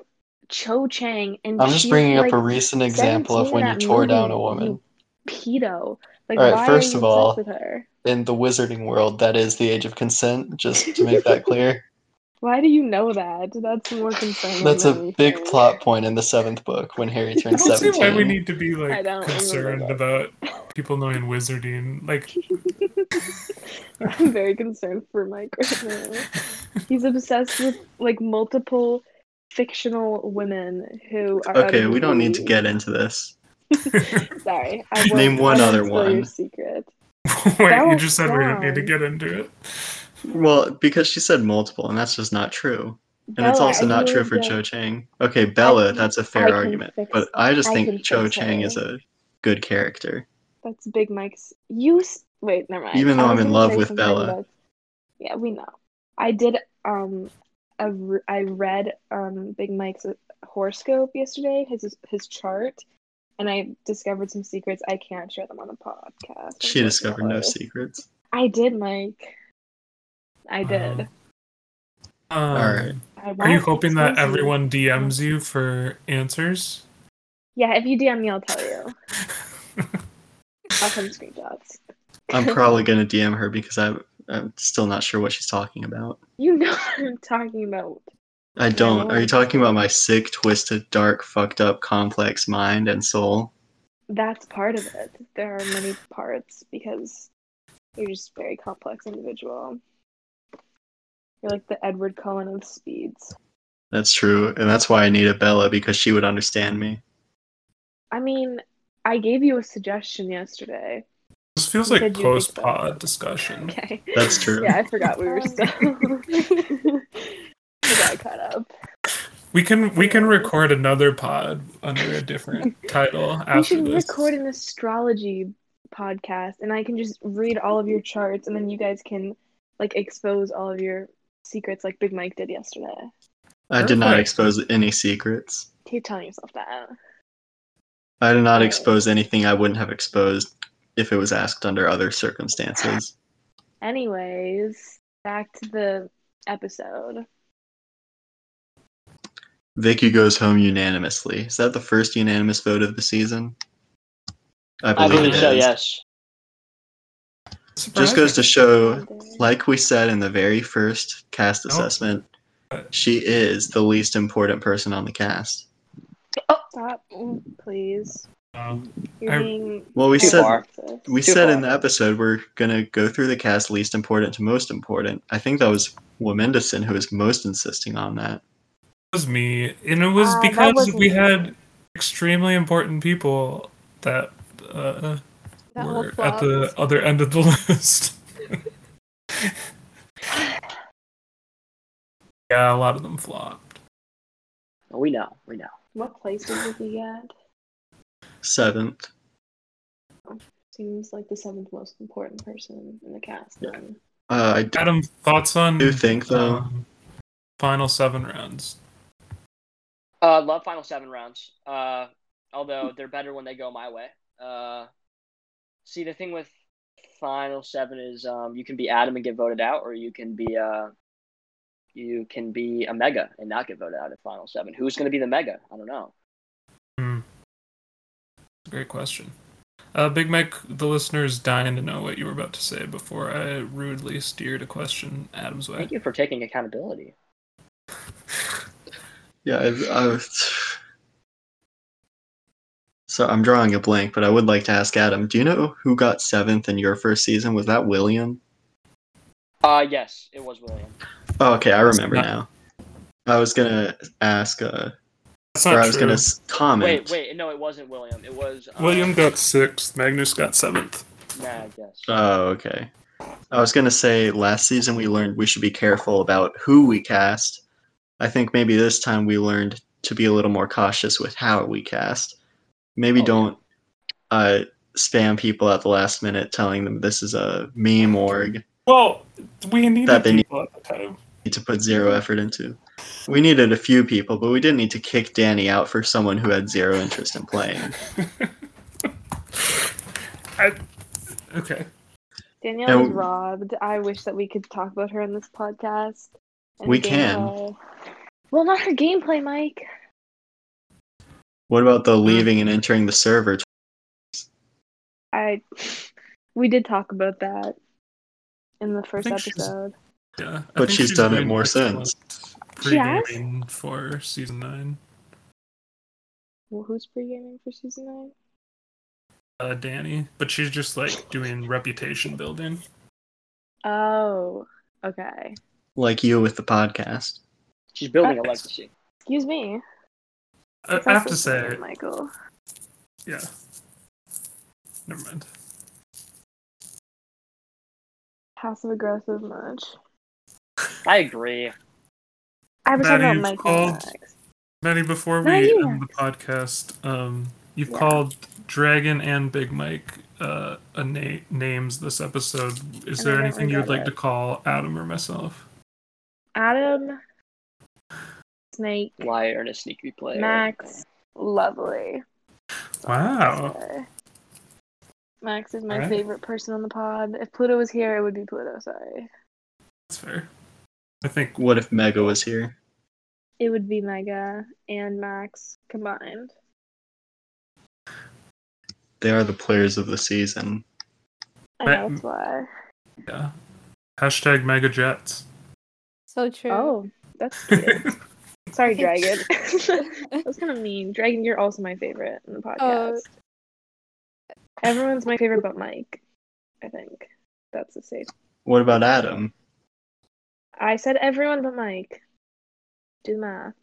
Speaker 2: Cho Chang, and
Speaker 5: I'm just
Speaker 2: she's
Speaker 5: bringing
Speaker 2: like
Speaker 5: up a recent example
Speaker 2: 17
Speaker 5: of
Speaker 2: in
Speaker 5: when you
Speaker 2: that
Speaker 5: tore down a
Speaker 2: movie,
Speaker 5: woman.
Speaker 2: you pedo. Like,
Speaker 5: All right,
Speaker 2: why
Speaker 5: first
Speaker 2: are
Speaker 5: of
Speaker 2: you obsessed
Speaker 5: all-
Speaker 2: with her?
Speaker 5: In the wizarding world, that is the age of consent, just to
Speaker 2: [LAUGHS]
Speaker 5: make that clear.
Speaker 2: Why do you know that? That's more concerning.
Speaker 5: That's
Speaker 2: than
Speaker 5: a big
Speaker 2: anything.
Speaker 5: plot point in the seventh book
Speaker 2: [LAUGHS]
Speaker 5: when Harry
Speaker 1: I
Speaker 5: turns
Speaker 1: don't see
Speaker 5: 17.
Speaker 1: why we need to be
Speaker 2: I
Speaker 1: like
Speaker 2: don't remember
Speaker 1: concerned
Speaker 2: that.
Speaker 1: about people knowing wizarding.
Speaker 2: [LAUGHS]
Speaker 1: Like,
Speaker 2: [LAUGHS]
Speaker 1: [LAUGHS]
Speaker 2: I'm very concerned for Mike right now. He's obsessed with like multiple fictional women who are. out
Speaker 5: Okay,
Speaker 2: of
Speaker 5: we don't need to
Speaker 2: league.
Speaker 5: get into this.
Speaker 2: Sorry,
Speaker 5: [LAUGHS]
Speaker 2: I won't, [LAUGHS]
Speaker 5: Name
Speaker 2: I won't
Speaker 5: one other
Speaker 2: spoil Your
Speaker 5: one.
Speaker 2: secret. That
Speaker 1: wait, you
Speaker 2: was
Speaker 1: just said we didn't need to
Speaker 2: wrong.
Speaker 1: get into it.
Speaker 5: Well, because she said multiple, and that's just not true. And it's
Speaker 2: Bella,
Speaker 5: also
Speaker 2: I
Speaker 5: not
Speaker 2: really
Speaker 5: true for
Speaker 2: don't-
Speaker 5: Cho Chang. Okay, Bella,
Speaker 2: can-
Speaker 5: that's a
Speaker 2: I
Speaker 5: fair
Speaker 2: can
Speaker 5: argument.
Speaker 2: fix-
Speaker 5: But I just
Speaker 2: I
Speaker 5: think
Speaker 2: can
Speaker 5: Cho
Speaker 2: fix
Speaker 5: Chang
Speaker 2: her.
Speaker 5: is a good character.
Speaker 2: That's Big Mike's. You s- wait, never mind.
Speaker 5: Even though
Speaker 2: I was
Speaker 5: I'm in
Speaker 2: gonna
Speaker 5: love
Speaker 2: say
Speaker 5: with
Speaker 2: something
Speaker 5: Bella.
Speaker 2: about- yeah, we know. I did. Um, a re- I read um Big Mike's horoscope yesterday. His his chart, and I discovered some secrets. I can't share them on the podcast.
Speaker 5: She discovered no
Speaker 2: unfortunately.
Speaker 5: secrets.
Speaker 2: I did, Mike. I did.
Speaker 1: Wow. Um,
Speaker 5: Alright.
Speaker 2: I
Speaker 1: Are you
Speaker 2: won't
Speaker 1: hoping that
Speaker 2: expose you.
Speaker 1: everyone DMs you for answers?
Speaker 2: Yeah, if you DM me, I'll
Speaker 1: [LAUGHS]
Speaker 2: tell you. I'll send screenshots.
Speaker 5: I'm probably gonna DM her because I, I'm still not sure what she's talking about.
Speaker 2: You know [LAUGHS] what I'm talking about.
Speaker 5: I don't.
Speaker 2: no.
Speaker 5: Are you talking about my sick, twisted, dark, fucked up, complex mind and soul?
Speaker 2: that's part of it. There are many parts because you're just a very complex individual. You're like the Edward Cullen of speeds.
Speaker 5: That's true, and that's why I need a Bella because she would understand me.
Speaker 2: I mean, I gave you a suggestion yesterday. [LAUGHS]
Speaker 1: This feels
Speaker 2: You
Speaker 1: like
Speaker 2: said you think so.
Speaker 1: post pod discussion.
Speaker 2: Okay.
Speaker 5: That's true.
Speaker 2: Yeah, I forgot we were still. [LAUGHS] I got caught up.
Speaker 1: We can we can record another pod under a
Speaker 2: [LAUGHS]
Speaker 1: different title
Speaker 2: We
Speaker 1: after
Speaker 2: should
Speaker 1: this.
Speaker 2: record an astrology podcast, and I can just read all of your charts, and then you guys can like expose all of your secrets, like Big Mike did yesterday.
Speaker 5: I did not
Speaker 1: Perfect.
Speaker 5: expose any secrets.
Speaker 2: Keep telling yourself that.
Speaker 5: I did not
Speaker 2: Right.
Speaker 5: expose anything I wouldn't have exposed if it was asked under other circumstances.
Speaker 2: Anyways, back to the episode.
Speaker 5: Vicky goes home unanimously. Is that the first unanimous vote of the season? I
Speaker 6: I
Speaker 5: believe,
Speaker 6: believe
Speaker 5: it
Speaker 6: so.
Speaker 5: is.
Speaker 6: Yes.
Speaker 5: Just goes to
Speaker 1: Surprising.
Speaker 5: show, like we said in the very first cast
Speaker 1: Nope.
Speaker 5: assessment, she is the least important person on the cast.
Speaker 2: Oh, stop, mm, please.
Speaker 1: Um,
Speaker 2: You're
Speaker 1: I-
Speaker 2: being
Speaker 5: Well, we
Speaker 2: too
Speaker 5: said
Speaker 6: far.
Speaker 2: sexist.
Speaker 5: we
Speaker 6: Too
Speaker 5: said
Speaker 6: far.
Speaker 5: in the episode we're gonna go through the cast least important to most important. I think that was Wamendison who was most insisting on
Speaker 1: it
Speaker 5: that.
Speaker 1: was me, and it was
Speaker 2: Uh, that
Speaker 1: because
Speaker 2: wasn't
Speaker 1: we
Speaker 2: me.
Speaker 1: had extremely important people that uh,
Speaker 4: That whole
Speaker 1: were
Speaker 4: flop.
Speaker 1: at the other end of the [LAUGHS] list. yeah, a lot of them flopped.
Speaker 6: We know. We know.
Speaker 2: What place did Vicky get?
Speaker 5: Seventh.
Speaker 2: Seems like the seventh most important person in the cast. Then.
Speaker 5: Uh, I
Speaker 1: Adam, thoughts on
Speaker 5: do think though.
Speaker 1: um, final seven rounds?
Speaker 6: Uh, love final seven rounds. Uh,
Speaker 1: Hmm.
Speaker 6: although they're better when they go my way. Uh, see the thing with final seven is um, you can be Adam and get voted out, or you can be uh, you can be a mega and not get voted out at final seven. Who's going to be the mega? I don't know.
Speaker 1: Hmm. Great question. Uh, Big Mac, the listener's dying to know what you were about to say before I rudely steered a question Adam's way.
Speaker 6: Thank you for taking accountability.
Speaker 5: Yeah, I, I, so I'm drawing a blank, but I would like to ask Adam. Do you know who got seventh in your first season? Was that William?
Speaker 6: Uh, yes, it was William.
Speaker 5: Oh, okay, I remember
Speaker 1: not-
Speaker 5: now. I was gonna ask, uh,
Speaker 1: That's
Speaker 5: or I
Speaker 1: not
Speaker 5: was
Speaker 1: true.
Speaker 5: gonna s-
Speaker 6: Wait,
Speaker 5: comment.
Speaker 6: wait, no, it wasn't William. It was um,
Speaker 1: William got sixth. Magnus got seventh.
Speaker 6: Mag, yes.
Speaker 5: Oh, okay. I was gonna say last season we learned we should be careful about who we cast. I think maybe this time we learned to be a little more cautious with how we cast. Maybe
Speaker 6: Oh, yeah.
Speaker 5: don't uh, spam people at the last minute telling them this is a meme org
Speaker 1: Well, we needed
Speaker 5: That they need-
Speaker 1: people at the time.
Speaker 5: need to put zero effort into. We needed a few people, but we didn't need to kick Danny out for someone who had zero interest in playing.
Speaker 1: I, okay.
Speaker 2: Danielle was
Speaker 5: And-
Speaker 2: robbed. I wish that we could talk about her in this podcast. and
Speaker 5: We
Speaker 2: her
Speaker 5: can.
Speaker 2: gameplay. Well, not her gameplay, Mike.
Speaker 5: What about the leaving and entering the server?
Speaker 2: I we did talk about that in the first
Speaker 1: think she's-
Speaker 2: episode.
Speaker 1: Yeah. I
Speaker 5: But
Speaker 1: think
Speaker 5: she's done it
Speaker 1: doing
Speaker 5: more
Speaker 1: excellent
Speaker 2: She has?
Speaker 1: Pre-gaming for season nine.
Speaker 2: Well, who's pre-gaming for season nine?
Speaker 1: Uh, Danny, but she's just like doing reputation building.
Speaker 2: Oh, okay.
Speaker 5: Like you with the podcast.
Speaker 6: She's building a
Speaker 1: Perfect.
Speaker 6: legacy.
Speaker 2: Excuse me.
Speaker 1: I,
Speaker 2: It's
Speaker 1: I have
Speaker 2: also
Speaker 1: to say,
Speaker 2: Sam Michael.
Speaker 1: yeah. Never mind.
Speaker 2: Passive aggressive much.
Speaker 6: I agree.
Speaker 2: I was talking
Speaker 1: Maddie,
Speaker 2: about
Speaker 1: you've
Speaker 2: Michael
Speaker 1: called-
Speaker 2: next.
Speaker 1: Maddie, before
Speaker 2: No,
Speaker 1: we
Speaker 2: you
Speaker 1: end the podcast, um, you've
Speaker 2: Yeah.
Speaker 1: called Dragon and Big Mike uh, a na- names this episode. Is
Speaker 2: And I
Speaker 1: there
Speaker 2: don't
Speaker 1: anything you would
Speaker 2: regret
Speaker 1: like
Speaker 2: it.
Speaker 1: to call Adam or myself?
Speaker 2: Adam, Snake,
Speaker 6: Liar and a sneaky player.
Speaker 2: Max, lovely. That's all I have
Speaker 1: Wow.
Speaker 2: to say. Max is my
Speaker 1: Alright.
Speaker 2: favorite person on the pod. If Pluto was here, it would be Pluto. Sorry,
Speaker 1: That's fair. I think
Speaker 5: What if Mega was here?
Speaker 2: it would be Mega and Max combined.
Speaker 5: They are the players of the season.
Speaker 2: I
Speaker 1: Right.
Speaker 2: know that's why.
Speaker 1: yeah. Hashtag Mega Jets.
Speaker 4: So true.
Speaker 2: Oh, that's cute. Sorry, Dragon. [LAUGHS] that was kind of mean. Dragon, you're also my favorite in the podcast. Everyone's my favorite but Mike. I think that's the safe.
Speaker 5: What about Adam?
Speaker 2: I said everyone but Mike. Do the math.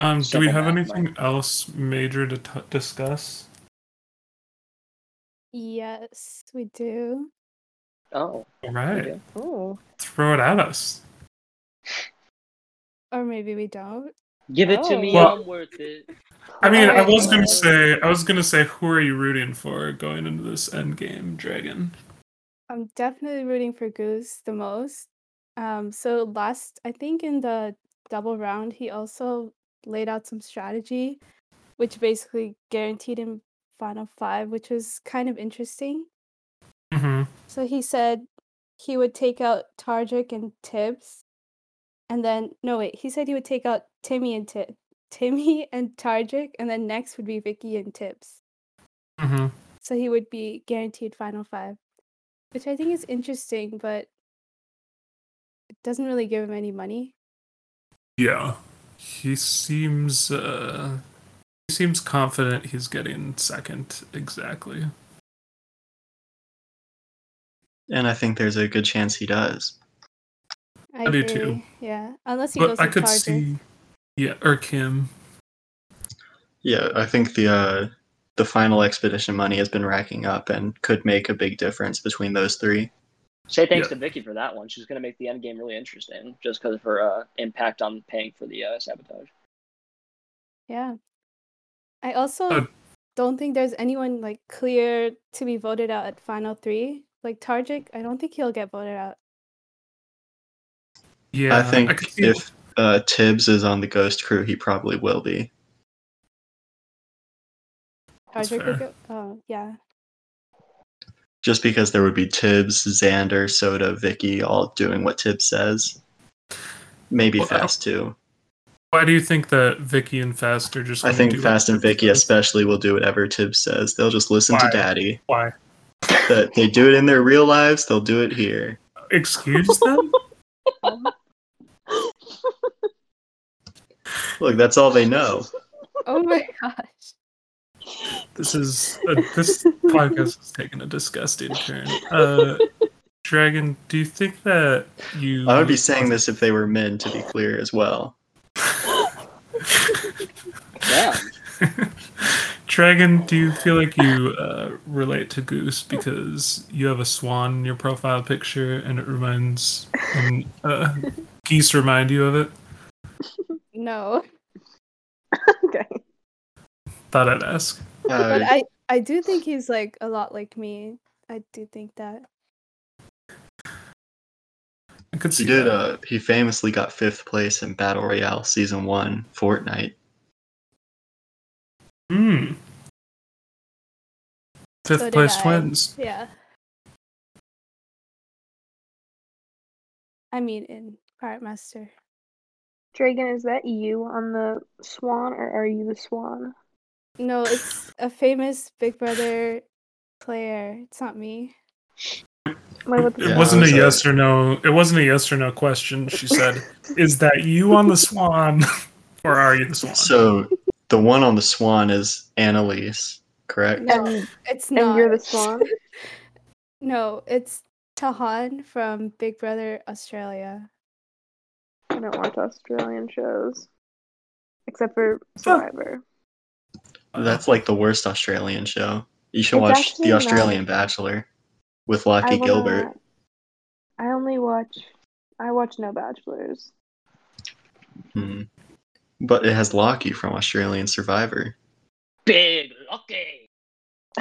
Speaker 1: Um, do
Speaker 6: Shut
Speaker 1: we
Speaker 6: the
Speaker 1: have
Speaker 6: mouth,
Speaker 1: anything else major to t- discuss?
Speaker 4: Yes, we do.
Speaker 6: Oh.
Speaker 1: All right.
Speaker 6: okay.
Speaker 2: Oh,
Speaker 1: Throw it at us.
Speaker 4: Or maybe we don't.
Speaker 6: Give it to
Speaker 2: Oh.
Speaker 6: me.
Speaker 1: Well-
Speaker 6: I'm worth it.
Speaker 1: I mean, I
Speaker 2: Alright,
Speaker 1: was gonna
Speaker 2: well-
Speaker 1: say, I was gonna say, who are you rooting for going into this end game, Dragon?
Speaker 4: I'm definitely rooting for Goose the most. Um, so last, I think in the double round, he also laid out some strategy, which basically guaranteed him final five, which was kind of interesting.
Speaker 1: Mm-hmm.
Speaker 4: So he said he would take out Targic and Tibbs, and then no wait, he said he would take out Timmy and Tib, Timmy and Targic, and then next would be Vicky and Tibbs.
Speaker 1: Mm-hmm.
Speaker 4: So he would be guaranteed final five, which I think is interesting, but it doesn't really give him any money.
Speaker 1: Yeah. He seems uh he seems confident he's getting second exactly.
Speaker 5: And I think there's a good chance he does.
Speaker 4: I,
Speaker 1: do too.
Speaker 4: Yeah, unless he
Speaker 1: But
Speaker 4: goes to
Speaker 1: I could
Speaker 4: Targic.
Speaker 1: see yeah, or Kim.
Speaker 5: Yeah, I think the uh, the final expedition money has been racking up and could make a big difference between those three.
Speaker 6: Say thanks
Speaker 1: Yeah.
Speaker 6: to Vicky for that one. She's going to make the end game really interesting just because of her uh, impact on paying for the uh, sabotage.
Speaker 4: Yeah. I also
Speaker 1: Uh,
Speaker 4: don't think there's anyone like clear to be voted out at final three. Like Targic, I don't think he'll get voted out.
Speaker 1: Yeah.
Speaker 5: I think
Speaker 1: could see-
Speaker 5: if uh, Tibbs is on the Ghost Crew, he probably will be.
Speaker 1: That's
Speaker 4: Targic
Speaker 1: fair.
Speaker 4: would go. Oh yeah,
Speaker 5: Just because there would be Tibbs, Xander, Soda, Vicky all doing what Tibbs says. Maybe
Speaker 1: Well, I don't-
Speaker 5: Fast too.
Speaker 1: Why do you think that Vicky and Fast are just?
Speaker 5: I
Speaker 1: gonna
Speaker 5: think
Speaker 1: do
Speaker 5: Fast and Vicky
Speaker 1: Yes.
Speaker 5: especially will do whatever Tibbs says. They'll just listen
Speaker 1: Why?
Speaker 5: to Daddy.
Speaker 1: Why?
Speaker 5: That they do it in their real lives, they'll do it here.
Speaker 4: [LAUGHS]
Speaker 1: Excuse them.
Speaker 5: Look, that's all they know.
Speaker 4: Oh my gosh.
Speaker 1: This is uh,
Speaker 4: [LAUGHS]
Speaker 1: this podcast is taking a disgusting turn. Uh, Dragon, do you think that you?
Speaker 5: I would
Speaker 1: [LAUGHS]
Speaker 5: be saying this if they were men, to be clear, as well.
Speaker 6: Yeah.
Speaker 1: Dragon, do you feel like you uh, relate to Goose because you have a swan in your profile picture and it reminds and uh, geese remind you of it?
Speaker 4: No.
Speaker 2: okay.
Speaker 1: Thought I'd ask.
Speaker 4: But
Speaker 5: Uh,
Speaker 4: I, I do think he's like a lot like me. I do think that.
Speaker 1: I could see
Speaker 5: he did.
Speaker 1: that.
Speaker 5: Uh, he famously got fifth place in Battle Royale Season One Fortnite.
Speaker 1: Hmm. Fifth
Speaker 4: did
Speaker 1: place
Speaker 4: I.
Speaker 1: twins.
Speaker 4: Yeah. I mean, in Pirate Master.
Speaker 2: Dragon, is that you on the swan or are you the swan? [LAUGHS]
Speaker 4: No, it's a famous Big Brother player. It's not me.
Speaker 2: Wait, what the
Speaker 5: Yeah,
Speaker 1: it wasn't
Speaker 5: I was,
Speaker 1: a
Speaker 5: uh,
Speaker 1: yes or no. It wasn't a yes or no question. She said, "Is that you on the swan, [LAUGHS] or are you the swan?"
Speaker 5: So the one on the Swan is Annalise, correct?
Speaker 4: No,
Speaker 2: And-
Speaker 4: it's
Speaker 2: and
Speaker 4: not.
Speaker 2: you're the swan?
Speaker 4: No, it's Tahan from Big Brother Australia.
Speaker 2: I don't watch Australian shows. Except for
Speaker 1: Oh.
Speaker 2: Survivor.
Speaker 5: That's like the worst Australian show. You should
Speaker 2: It's
Speaker 5: watch
Speaker 2: actually
Speaker 5: The
Speaker 2: not.
Speaker 5: Australian Bachelor with
Speaker 2: I
Speaker 5: Lockie
Speaker 2: wanna-
Speaker 5: Gilbert.
Speaker 2: I only watch I watch no bachelors.
Speaker 5: Hmm. But it has Lockie from Australian Survivor.
Speaker 6: Big lucky.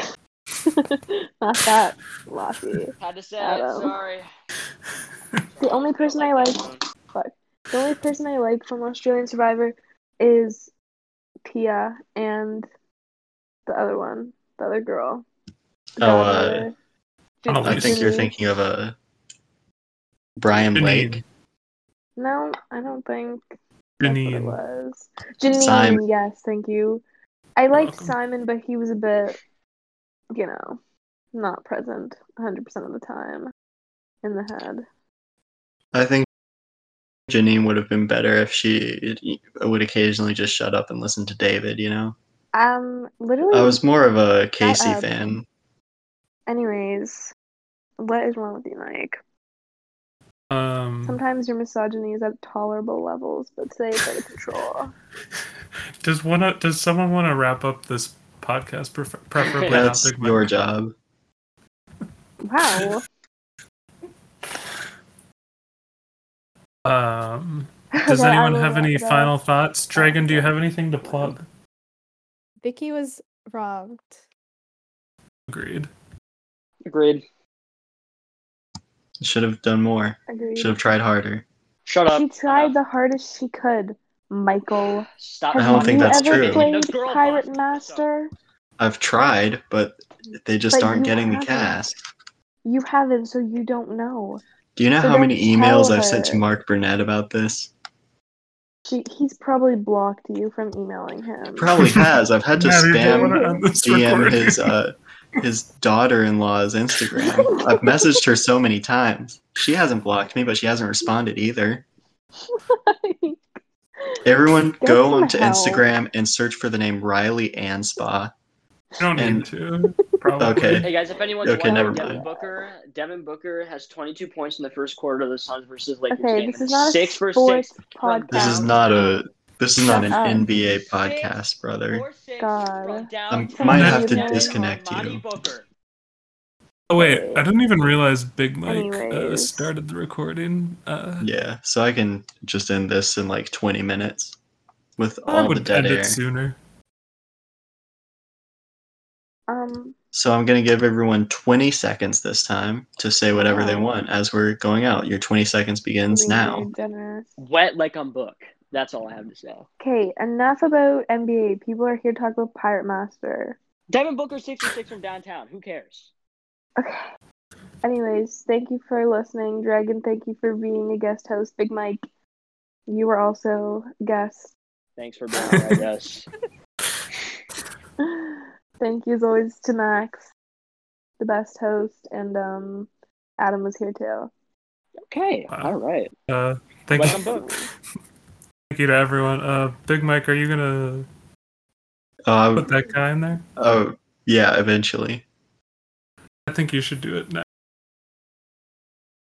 Speaker 2: [LAUGHS] Not that Lassie.
Speaker 6: Had to say
Speaker 2: I
Speaker 6: it.
Speaker 2: know.
Speaker 6: Sorry.
Speaker 2: The only person I like The only person I like from Australian Survivor is Pia and the other one, the other girl.
Speaker 5: Oh, uh,
Speaker 2: Donna-
Speaker 1: I
Speaker 5: I think you're thinking of a Brian
Speaker 1: Janine.
Speaker 5: Blake.
Speaker 2: No, I don't think that's what it
Speaker 1: Janine.
Speaker 2: was. Janine,
Speaker 5: Simon.
Speaker 2: yes, thank you. I liked
Speaker 1: welcome.
Speaker 2: Simon, but he was a bit, you know, not present 100% of the time in the head.
Speaker 5: I think Janine would have been better if she would occasionally just shut up and listen to David, you know?
Speaker 2: Um, literally,
Speaker 5: I was more of a Casey
Speaker 2: up.
Speaker 5: fan.
Speaker 2: anyways, what is wrong with you, Mike?
Speaker 1: Um,
Speaker 2: Sometimes your misogyny is at tolerable levels, but say it's out
Speaker 1: [LAUGHS]
Speaker 2: of control.
Speaker 1: does one? o- Does someone want to wrap up this podcast? Prefer- preferably, not
Speaker 5: That's
Speaker 1: Big Mike?
Speaker 5: your job.
Speaker 2: Wow.
Speaker 1: Um, does
Speaker 2: [LAUGHS] Okay, I
Speaker 1: anyone
Speaker 2: will
Speaker 1: have any
Speaker 2: wrap it up.
Speaker 1: final thoughts? Dragon, do you have anything to plug?
Speaker 4: Vicky was robbed.
Speaker 1: Agreed.
Speaker 6: Agreed.
Speaker 5: Should have done more.
Speaker 2: Agreed.
Speaker 5: Should have tried harder.
Speaker 6: Shut up.
Speaker 2: She tried the hardest she could, Michael.
Speaker 6: Stop.
Speaker 2: Have
Speaker 5: I don't think
Speaker 2: you
Speaker 5: that's
Speaker 2: ever
Speaker 5: true.
Speaker 2: played
Speaker 6: The girl
Speaker 2: Pirate
Speaker 6: boss.
Speaker 2: Master?
Speaker 5: I've tried, but they just
Speaker 2: But
Speaker 5: aren't
Speaker 2: you
Speaker 5: getting the
Speaker 2: haven't.
Speaker 5: cast.
Speaker 2: You haven't, so you don't know.
Speaker 5: Do you know
Speaker 2: So
Speaker 5: how many
Speaker 2: then tell
Speaker 5: emails I've sent to
Speaker 2: her.
Speaker 5: Mark Burnett about this?
Speaker 2: She, he's probably blocked you from emailing him.
Speaker 5: Probably has. I've had to
Speaker 1: Maddie, do you
Speaker 5: spam
Speaker 1: wanna end [LAUGHS] this
Speaker 5: DM
Speaker 1: recording?
Speaker 5: his uh, his daughter-in-law's Instagram. I've messaged her so many times. She hasn't blocked me, but she hasn't responded either. Everyone,
Speaker 2: Get
Speaker 5: go
Speaker 2: some
Speaker 5: onto
Speaker 2: help.
Speaker 5: Instagram and search for the name Riley Anspa.
Speaker 1: You don't
Speaker 5: And-
Speaker 1: need to. Probably.
Speaker 5: Okay.
Speaker 6: Hey guys, if anyone's
Speaker 5: Okay, never
Speaker 6: wondering, Devin
Speaker 5: mind.
Speaker 6: Booker, Devin Booker has 22 points in the first quarter of the Suns versus
Speaker 2: [LAUGHS]
Speaker 6: Lakers
Speaker 2: okay,
Speaker 6: game.
Speaker 2: this is not
Speaker 6: six
Speaker 2: a
Speaker 6: for
Speaker 2: sports
Speaker 6: six.
Speaker 2: podcast.
Speaker 5: This is
Speaker 6: Down.
Speaker 5: not a this is not an
Speaker 2: Shut up.
Speaker 5: NBA podcast, brother.
Speaker 6: Four six
Speaker 2: God.
Speaker 6: from down
Speaker 5: I
Speaker 6: to
Speaker 5: might
Speaker 1: have to
Speaker 6: Devin
Speaker 5: disconnect
Speaker 6: Armani
Speaker 5: you.
Speaker 6: Booker.
Speaker 1: Oh wait, I didn't even realize Big Mike uh,
Speaker 2: Anyways.
Speaker 1: started the recording. Uh,
Speaker 5: Yeah, so I can just end this in like 20 minutes with
Speaker 1: I
Speaker 5: all the
Speaker 1: would
Speaker 5: dead
Speaker 1: end
Speaker 5: air.
Speaker 1: it sooner.
Speaker 2: Um,
Speaker 5: So I'm going to give everyone 20 seconds this time to say whatever they
Speaker 2: Oh.
Speaker 5: want as we're going out. Your 20 seconds begins
Speaker 2: weird,
Speaker 5: now.
Speaker 2: generous.
Speaker 6: Wet like I'm book. That's all I have to say.
Speaker 2: Okay, enough about NBA. People are here to talk about Pirate Master.
Speaker 6: Devin Booker six for six from downtown. Who cares?
Speaker 2: Okay. Anyways, thank you for listening, Dragon. Thank you for being a guest [GASPS] host, Big Mike. You were also guest
Speaker 6: Thanks for being on, I guess.
Speaker 2: Thank you as always to Max, the best host, and um, Adam was here too.
Speaker 6: Okay.
Speaker 1: Wow.
Speaker 6: All right.
Speaker 1: Uh, thank
Speaker 6: Welcome
Speaker 1: you.
Speaker 6: back.
Speaker 1: [LAUGHS] Thank you to everyone. Uh, Big Mike, are you gonna
Speaker 5: Uh,
Speaker 1: put that guy in there?
Speaker 5: oh, Uh, yeah, eventually.
Speaker 1: I think you should do it now.